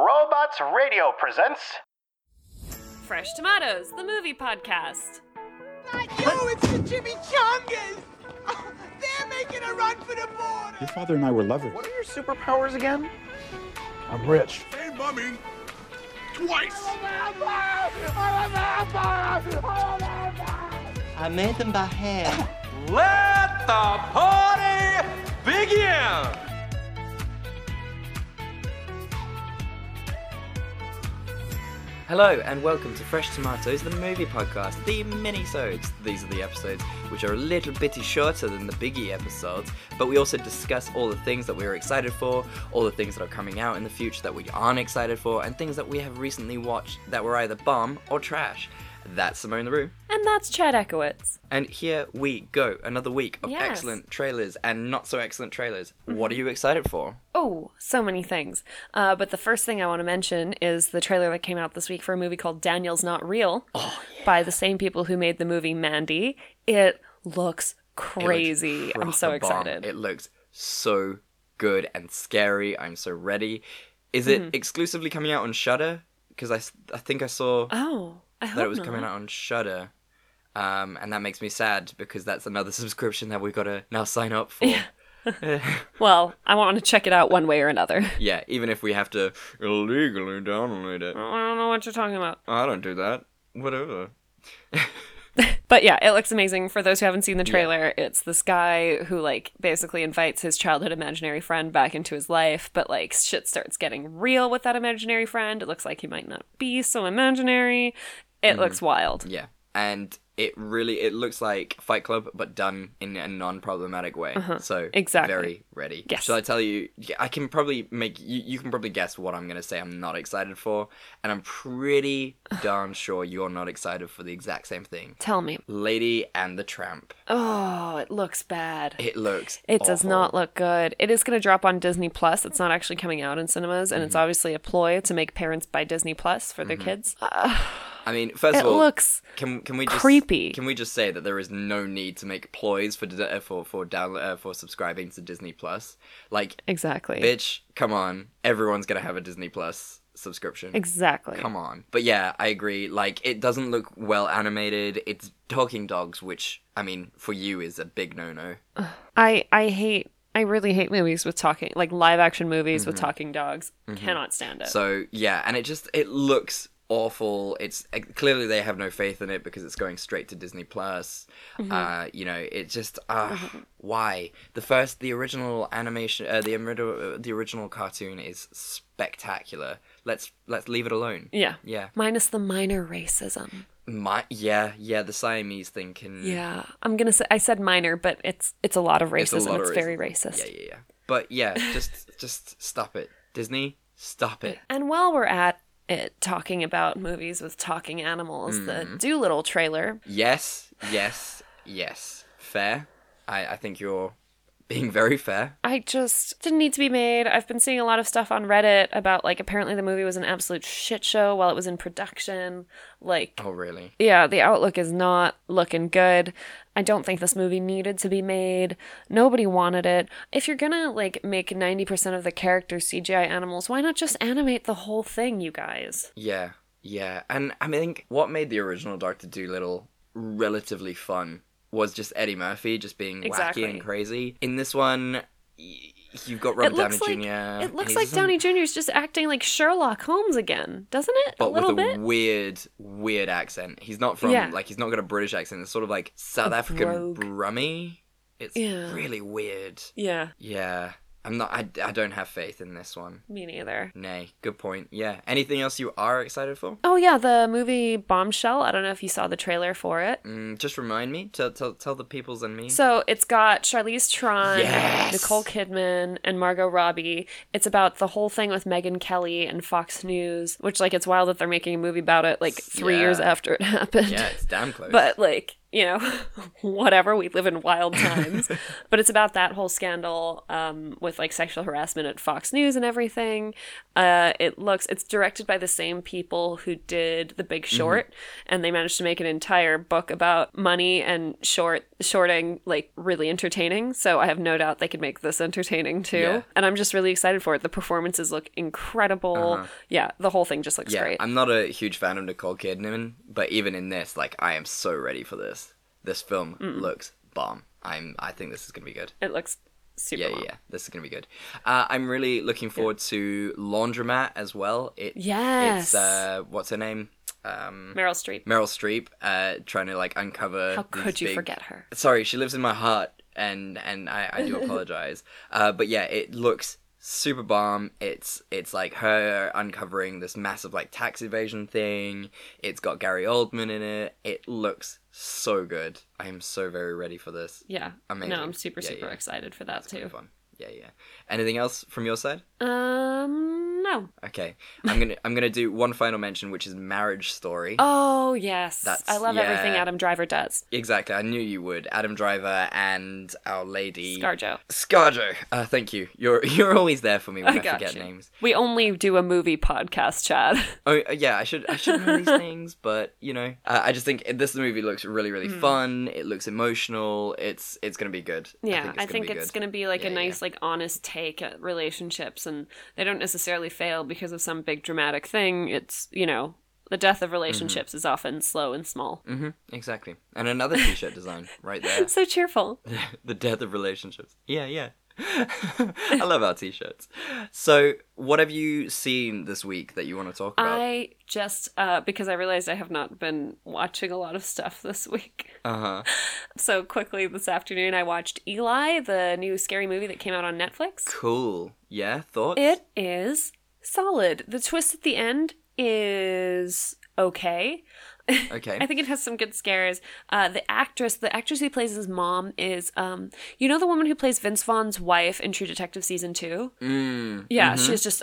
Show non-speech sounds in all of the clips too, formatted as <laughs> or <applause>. Robots Radio presents. Fresh Tomatoes, the movie podcast. Not you, it's the Jimmy Chongas! <laughs> Oh, they're making a run for the border! Your father and I were lovers. are your superpowers again? I'm rich. I made them by hand. Let the party begin! Hello and welcome to Fresh Tomatoes, the movie podcast, the mini-sodes. These are the episodes which are a little bitty shorter than the biggie episodes, but we also discuss all the things that we are excited for, all the things that are coming out in the future that we aren't excited for, and things that we have recently watched that were either bomb or trash. That's Simone the Rue. And that's Chad Ekowitz. And here we go, another week of Yes. excellent trailers and not so excellent trailers. What are you excited for? Oh, so many things. Uh, but the first thing I want to mention is the trailer that came out this week for a movie called Daniel's Not Real Oh, by the same people who made the movie Mandy. It looks It looks crazy. I'm so proper bomb. excited. It looks so good and scary. I'm so ready. Is Mm-hmm. it exclusively coming out on Shudder? Because I, s- I think I saw oh, I hope that it was not. coming out on Shudder, um, and that makes me sad because that's another <laughs> subscription that we got to now sign up for. Well, I want to check it out one way or another. yeah, even if we have to illegally download <laughs> it. I don't know what you're talking about. I don't do that. Whatever. But yeah, it looks amazing. For those who haven't seen the trailer, it's this guy who like basically invites his childhood imaginary friend back into his life, but like shit starts getting real with that imaginary friend. It looks like he might not be so imaginary. It looks wild. Mm-hmm. Yeah, and it really it looks like Fight Club, but done in a non-problematic way. So Uh-huh. Exactly. very ready. Yes. Shall I tell you? yeah, I can probably make you. You can probably guess what I'm gonna say. I'm not excited for, and <sighs> I'm pretty darn sure you're not excited for the exact same thing. Tell me. Lady and the Tramp. Oh, it looks bad. It looks. It does awful. not look good. It is going to drop on Disney Plus. It's not actually coming out in cinemas, and it's Mm-hmm. obviously a ploy to make parents buy Disney Plus for their kids. I mean, first it of all, looks can can we just, creepy. Can we just say that there is no need to make ploys for d- uh, for for download uh, for subscribing to Disney Plus? Like exactly bitch come on everyone's gonna have a disney plus subscription exactly. come on but yeah i agree like it doesn't look well animated it's talking dogs which i mean for you is a big no-no I I hate I really hate movies with talking like live action movies with talking dogs. Cannot stand it. Mm-hmm. so yeah and it just it looks awful it's eh, clearly they have no faith in it because it's going straight to disney plus uh you know it just uh why the first the original animation uh, the original the original cartoon is spectacular let's let's leave it alone yeah. yeah Mm-hmm. Minus the minor racism. My yeah, yeah, the Siamese thing can Yeah. I'm gonna say I said minor, but it's it's a lot of racism. It's, a lot of very racism. racist. Yeah, yeah, yeah. But yeah, <laughs> just just stop it. Disney, stop it. And while we're at it talking about movies with talking animals, Mm-hmm. the Doolittle trailer. Yes, yes, yes. Fair. I, I think you're being very fair. I just didn't need to be made. I've been seeing a lot of stuff on Reddit about like apparently the movie was an absolute shit show while it was in production. Like Oh really? yeah, the outlook is not looking good. I don't think this movie needed to be made. Nobody wanted it. If you're gonna like make 90% of the characters CGI animals, why not just animate the whole thing, you guys? Yeah, yeah. And I mean, I think what made the original Doctor Doolittle relatively fun was just Eddie Murphy just being Exactly. wacky and crazy. In this one, y- you've got Robert it looks Downey like Jr. it and looks he's like just in- Downey Jr. is just acting like Sherlock Holmes again, doesn't it? a but with little a bit. weird, weird accent. He's not from Yeah. like he's not got a British accent. It's sort of like South African brogue. Brummy. It's Yeah. really weird. yeah, Yeah, I'm not. I, I don't have faith in this one. me neither. Nay, good point. Yeah. Anything else you are excited for? Oh yeah, the movie Bombshell. I don't know if you saw the trailer for it. Mm, just remind me. Tell tell tell the peoples and me. So it's got Charlize Theron, Yes! Nicole Kidman, and Margot Robbie. It's about the whole thing with Megyn Kelly and Fox News, which like it's wild that they're making a movie about it <laughs> like three years Yeah. after it happened. yeah, it's damn close. but like you know, <laughs> whatever. We live in wild <laughs> times. but it's about that whole scandal um, with like sexual harassment at Fox News and everything. Uh, it looks, it's directed by the same people who did The Big Mm-hmm. Short, and they managed to make an entire book about money and short shorting like really entertaining. So I have no doubt they could make this entertaining too. Yeah. And I'm just really excited for it. The performances look incredible. Yeah, the whole thing just looks Uh-huh. Yeah, great. I'm not a huge fan of Nicole Kidman, but even in this, like, I am so ready for this. This film looks bomb. I'm. I think this is gonna be good. it looks super. Yeah, yeah, yeah. This is gonna be good. Uh, I'm really looking forward to Laundromat as well. It, Yes. It's uh, what's her name? Um, Meryl Streep. Meryl Streep. Uh, trying to like uncover. How these could you big- forget her? Sorry, she lives in my heart, and and I, I <laughs> do apologize. uh, but yeah, it looks super bomb. It's it's like her uncovering this massive like tax evasion thing. It's got Gary Oldman in it. It looks so good. I am so very ready for this. Yeah. Amazing. No, I'm super, Yeah, super yeah. excited for that Pretty too. fun. Yeah, yeah. Anything else from your side? Um, no. Okay, I'm gonna I'm gonna do one final mention, which is Marriage Story. Oh, yes. That's- I love everything yeah. Adam Driver does. Exactly, I knew you would. Adam Driver and Our Lady Scarjo. Scarjo. Uh, thank you. You're <laughs> you're always there for me when <laughs> I I, got forget you. names. We only do a movie podcast, Chad. <laughs> Oh uh, yeah, I should I should know these things, but you know, uh, I just think this movie looks really really Hmm. fun. It looks emotional. It's it's gonna be good. Yeah, I think it's, gonna be good. gonna be like Yeah, a yeah. nice, like honest take at relationships, and they don't necessarily fail because of some big dramatic thing. It's you know the death Mm-hmm. of relationships is often slow and small. exactly. And another T-shirt design right there. <laughs> So cheerful. the death of relationships. Yeah, yeah. <laughs> I love our t-shirts. So, what have you seen this week that you want to talk about? I just uh, because I realized I have not been watching a lot of stuff this week. Uh-huh. So quickly this afternoon, I watched Eli, the new scary movie that came out on Netflix. Cool. Yeah, thoughts? It is solid. The twist at the end is okay. Okay. I think it has some good scares. Uh, the actress, the actress who plays his mom, is um, you know the woman who plays Vince Vaughn's wife in True Detective season two. Mm, Yeah, mhm. she's just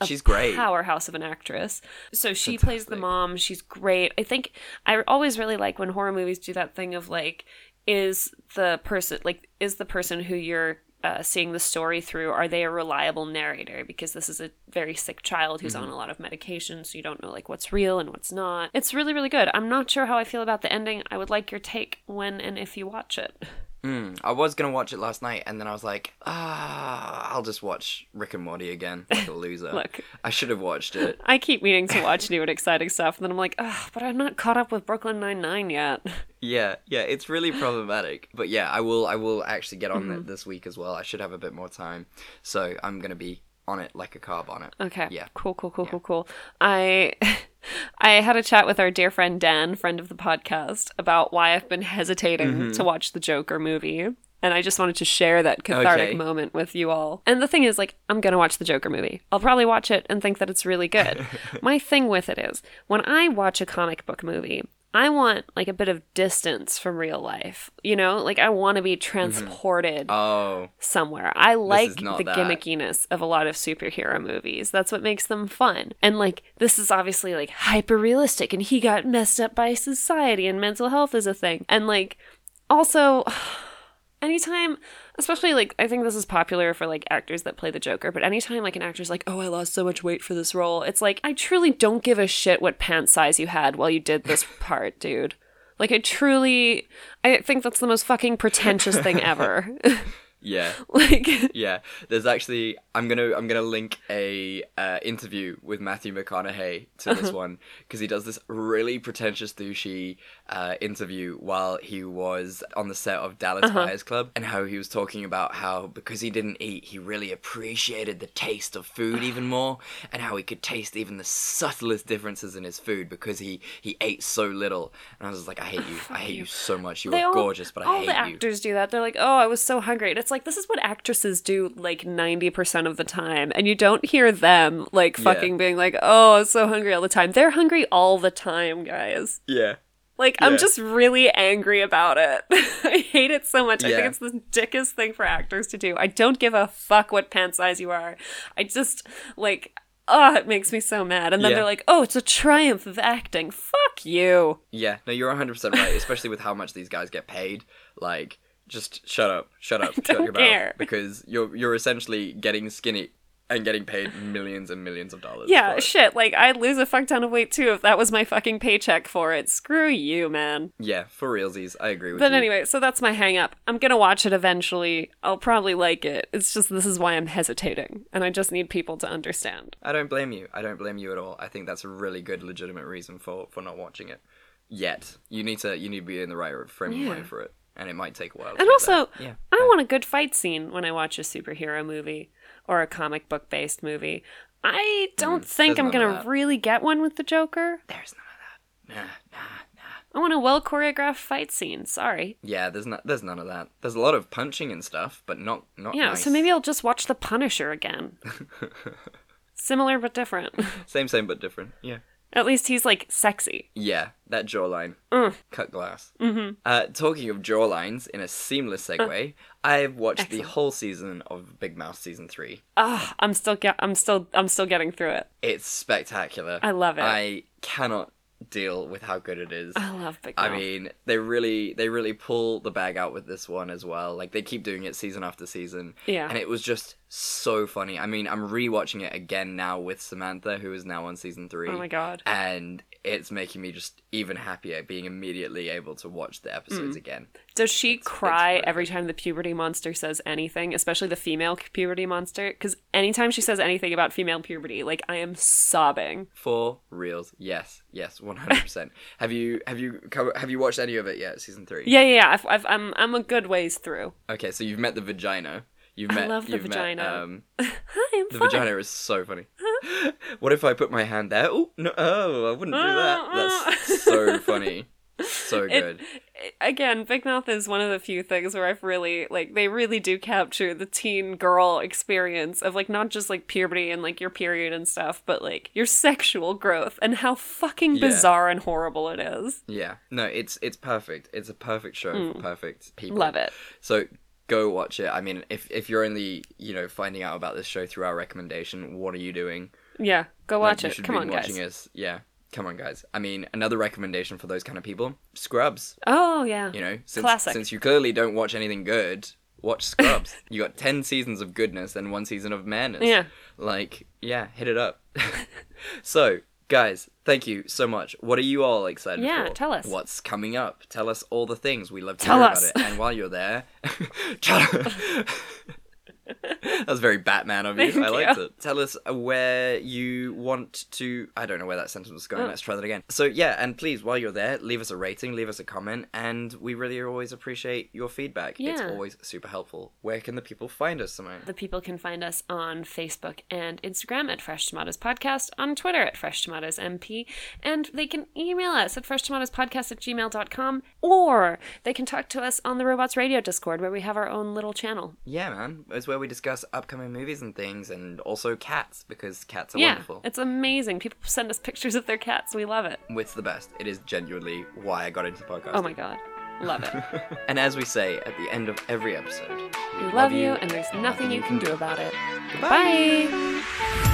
a She's great. powerhouse of an actress. So she plays the Fantastic. mom. She's great. I think I always really like when horror movies do that thing of like, is the person like is the person who you're uh, seeing the story through are they a reliable narrator because this is a very sick child who's Mm-hmm. on a lot of medication so you don't know like what's real and what's not it's really really good i'm not sure how i feel about the ending i would like your take when and if you watch it <laughs> Mm, I was gonna watch it last night, and then I was like, ah, I'll just watch Rick and Morty again, like a loser. <laughs> Look. I should have watched it. i keep meaning to watch new and exciting stuff and then i'm like Ugh, but i'm not caught up with brooklyn 99 yet <laughs> Yeah, yeah, it's really problematic. But yeah, I will, I will actually get on Mm-hmm. it this week as well. I should have a bit more time, so I'm gonna be on it like a carb on it. Okay. Yeah. Cool, cool, cool, cool, cool. I <laughs> I had a chat with our dear friend Dan, friend of the podcast, about why I've been hesitating Mm-hmm. to watch the Joker movie. And I just wanted to share that cathartic Okay. moment with you all. And the thing is, like, I'm going to watch the Joker movie. I'll probably watch it and think that it's really <laughs> good. My thing with it is, when I watch a comic book movie, I want, like, a bit of distance from real life. You know, like, I want to Mm-hmm. be transported Oh, somewhere. I like is not the that. gimmickiness of a lot of superhero movies. That's what makes them fun. And like this is obviously like hyper realistic and he got messed up by society and mental health is a thing. And like also <sighs> anytime especially like i think this is popular for like actors that play the joker but anytime like an actor's like oh i lost so much weight for this role it's like i truly don't give a shit what pant size you had while you did <laughs> this part dude like i truly i think that's the most fucking pretentious thing ever <laughs> yeah. like Yeah, there's actually I'm gonna I'm gonna link a uh, interview with Matthew McConaughey <laughs> to this one because he does this really pretentious douchey uh, interview while he was on the set of Dallas Uh-huh. Buyers Club and how he was talking about how because he didn't eat he really appreciated the taste of food <sighs> even more and how he could taste even the subtlest differences in his food because he he ate so little and I was just like I hate <sighs> you I hate you so much you They are all- gorgeous but I all hate the you actors do that. They're like, "Oh, I was so hungry," and it's like this is what actresses do like ninety percent of the time, and you don't hear them like Yeah. fucking being like, "Oh, I'm so hungry all the time." They're hungry all the time, guys. yeah Like, I'm Yeah. just really angry about it. <laughs> I hate it so much. I think Yeah. it's the dickest thing for actors to do. I don't give a fuck what pant size you are. I just like. Oh, it makes me so mad. And then Yeah. they're like, oh, it's a triumph of acting. Fuck fuck you. Yeah, no, you're 100% right, especially with how much these guys get paid. Like, just shut up, shut up, shut don't your care. mouth. Because you're, you're essentially getting skinny and getting paid millions and millions of dollars. Yeah, for it. shit. Like, I'd lose a fuck ton of weight too if that was my fucking paycheck for it. Screw you, man. yeah, for realsies, I agree with But you. anyway, so that's my hang up. I'm gonna watch it eventually. I'll probably like it. It's just this is why I'm hesitating, and I just need people to understand. I don't blame you. I don't blame you at all. I think that's a really good, legitimate reason for, for not watching it yet. You need to you need to be in the right frame of mind for it, and it might take a while. to And get there. also, I want a good fight scene when I watch a superhero movie or a comic book based movie. I don't think Mm, there's I'm none of gonna that. really get one with the Joker. there's none of that. Nah, nah, nah. I want a well choreographed fight scene. Sorry. Yeah, there's not there's none of that. There's a lot of punching and stuff, but not not. Yeah, so nice. maybe I'll just watch The Punisher <laughs> again. Similar but different. same same but different. Yeah. At least he's like sexy. Yeah, that jawline. Mm. Cut glass. Mm-hmm. Uh, talking of jawlines, in a seamless Uh. segue, I've watched the whole season of Big Mouth season three. Ugh, I'm still get, I'm still I'm still getting through it. It's spectacular. I love it. Uh. I cannot deal with how good it is. I love Big Mouth. I mean, they really they really pull the bag out with this one as well. Like they keep doing it season after season. Yeah. And it was just so funny. I mean, I'm rewatching it again now with Samantha, who is now on season three. Oh my God. And it's making me just even happier being immediately able to watch the Mm. episodes again. Does she cry every time the puberty monster says anything, especially the female puberty monster? Because anytime she says anything about female puberty, like I am sobbing. For reals, yes, yes, one <laughs> hundred percent. Have you have you co- have you watched any of it yet? Season three. Yeah, yeah, yeah. I've, I've, I'm I'm a good ways through. Okay, so you've met the vagina. You've I met. love the you've met, vagina. um, I am The fine. vagina is so funny. what if I put my hand there? Oh no! Oh, I wouldn't do that. <laughs> That's so funny. So good. Again, Big Mouth is one of the few things where I've really like they really do capture the teen girl experience of like not just like puberty and like your period and stuff, but like your sexual growth and how fucking Yeah. bizarre and horrible it is. yeah. No, it's it's perfect. It's a perfect show for perfect people. Hmm. Love it. So go watch it. I mean, if if you're only you know finding out about this show through our recommendation, what are you doing? Yeah, go Like, watch you it. should Come be on, guys. watching us. Yeah. Come on, guys. I mean, another recommendation for those kind of people: Scrubs. Oh yeah, You know, since, Classic. since you clearly don't watch anything good, <laughs> watch Scrubs. you got 10 seasons of goodness and one season of madness. Yeah. Like, yeah, hit it up. <laughs> so, guys, thank you so much. What are you all excited Yeah, for? tell us. What's coming up? Tell us all the things. We love to Tell hear us. about it. And while you're there, <laughs> <laughs> Shut <laughs> up. That was very Batman of you. Thank I liked you. it. Tell us where you want to. I don't know where that sentence was Oh. going. Let's try that again. So, yeah, and please, while you're there, leave us a rating, leave us a comment, and we really always appreciate your feedback. It's Yeah. always super helpful. Where can the people find us, Simone? The people can find us on Facebook and Instagram at Fresh Tomatoes Podcast, on Twitter at Fresh Tomatoes MP, and they can email us at freshtomatoespodcast at gmail.com, or they can talk to us on the Robots Radio Discord, where we have our own little channel. yeah, man. It's where we discuss upcoming movies and things, and also cats, because cats are yeah, wonderful. it's amazing. People send us pictures of their cats. We love it. It's the best. It is genuinely why I got into podcasting. Oh my God. Love it. And as we say at the end of every episode, We love you, and there's nothing you can do about it. Bye.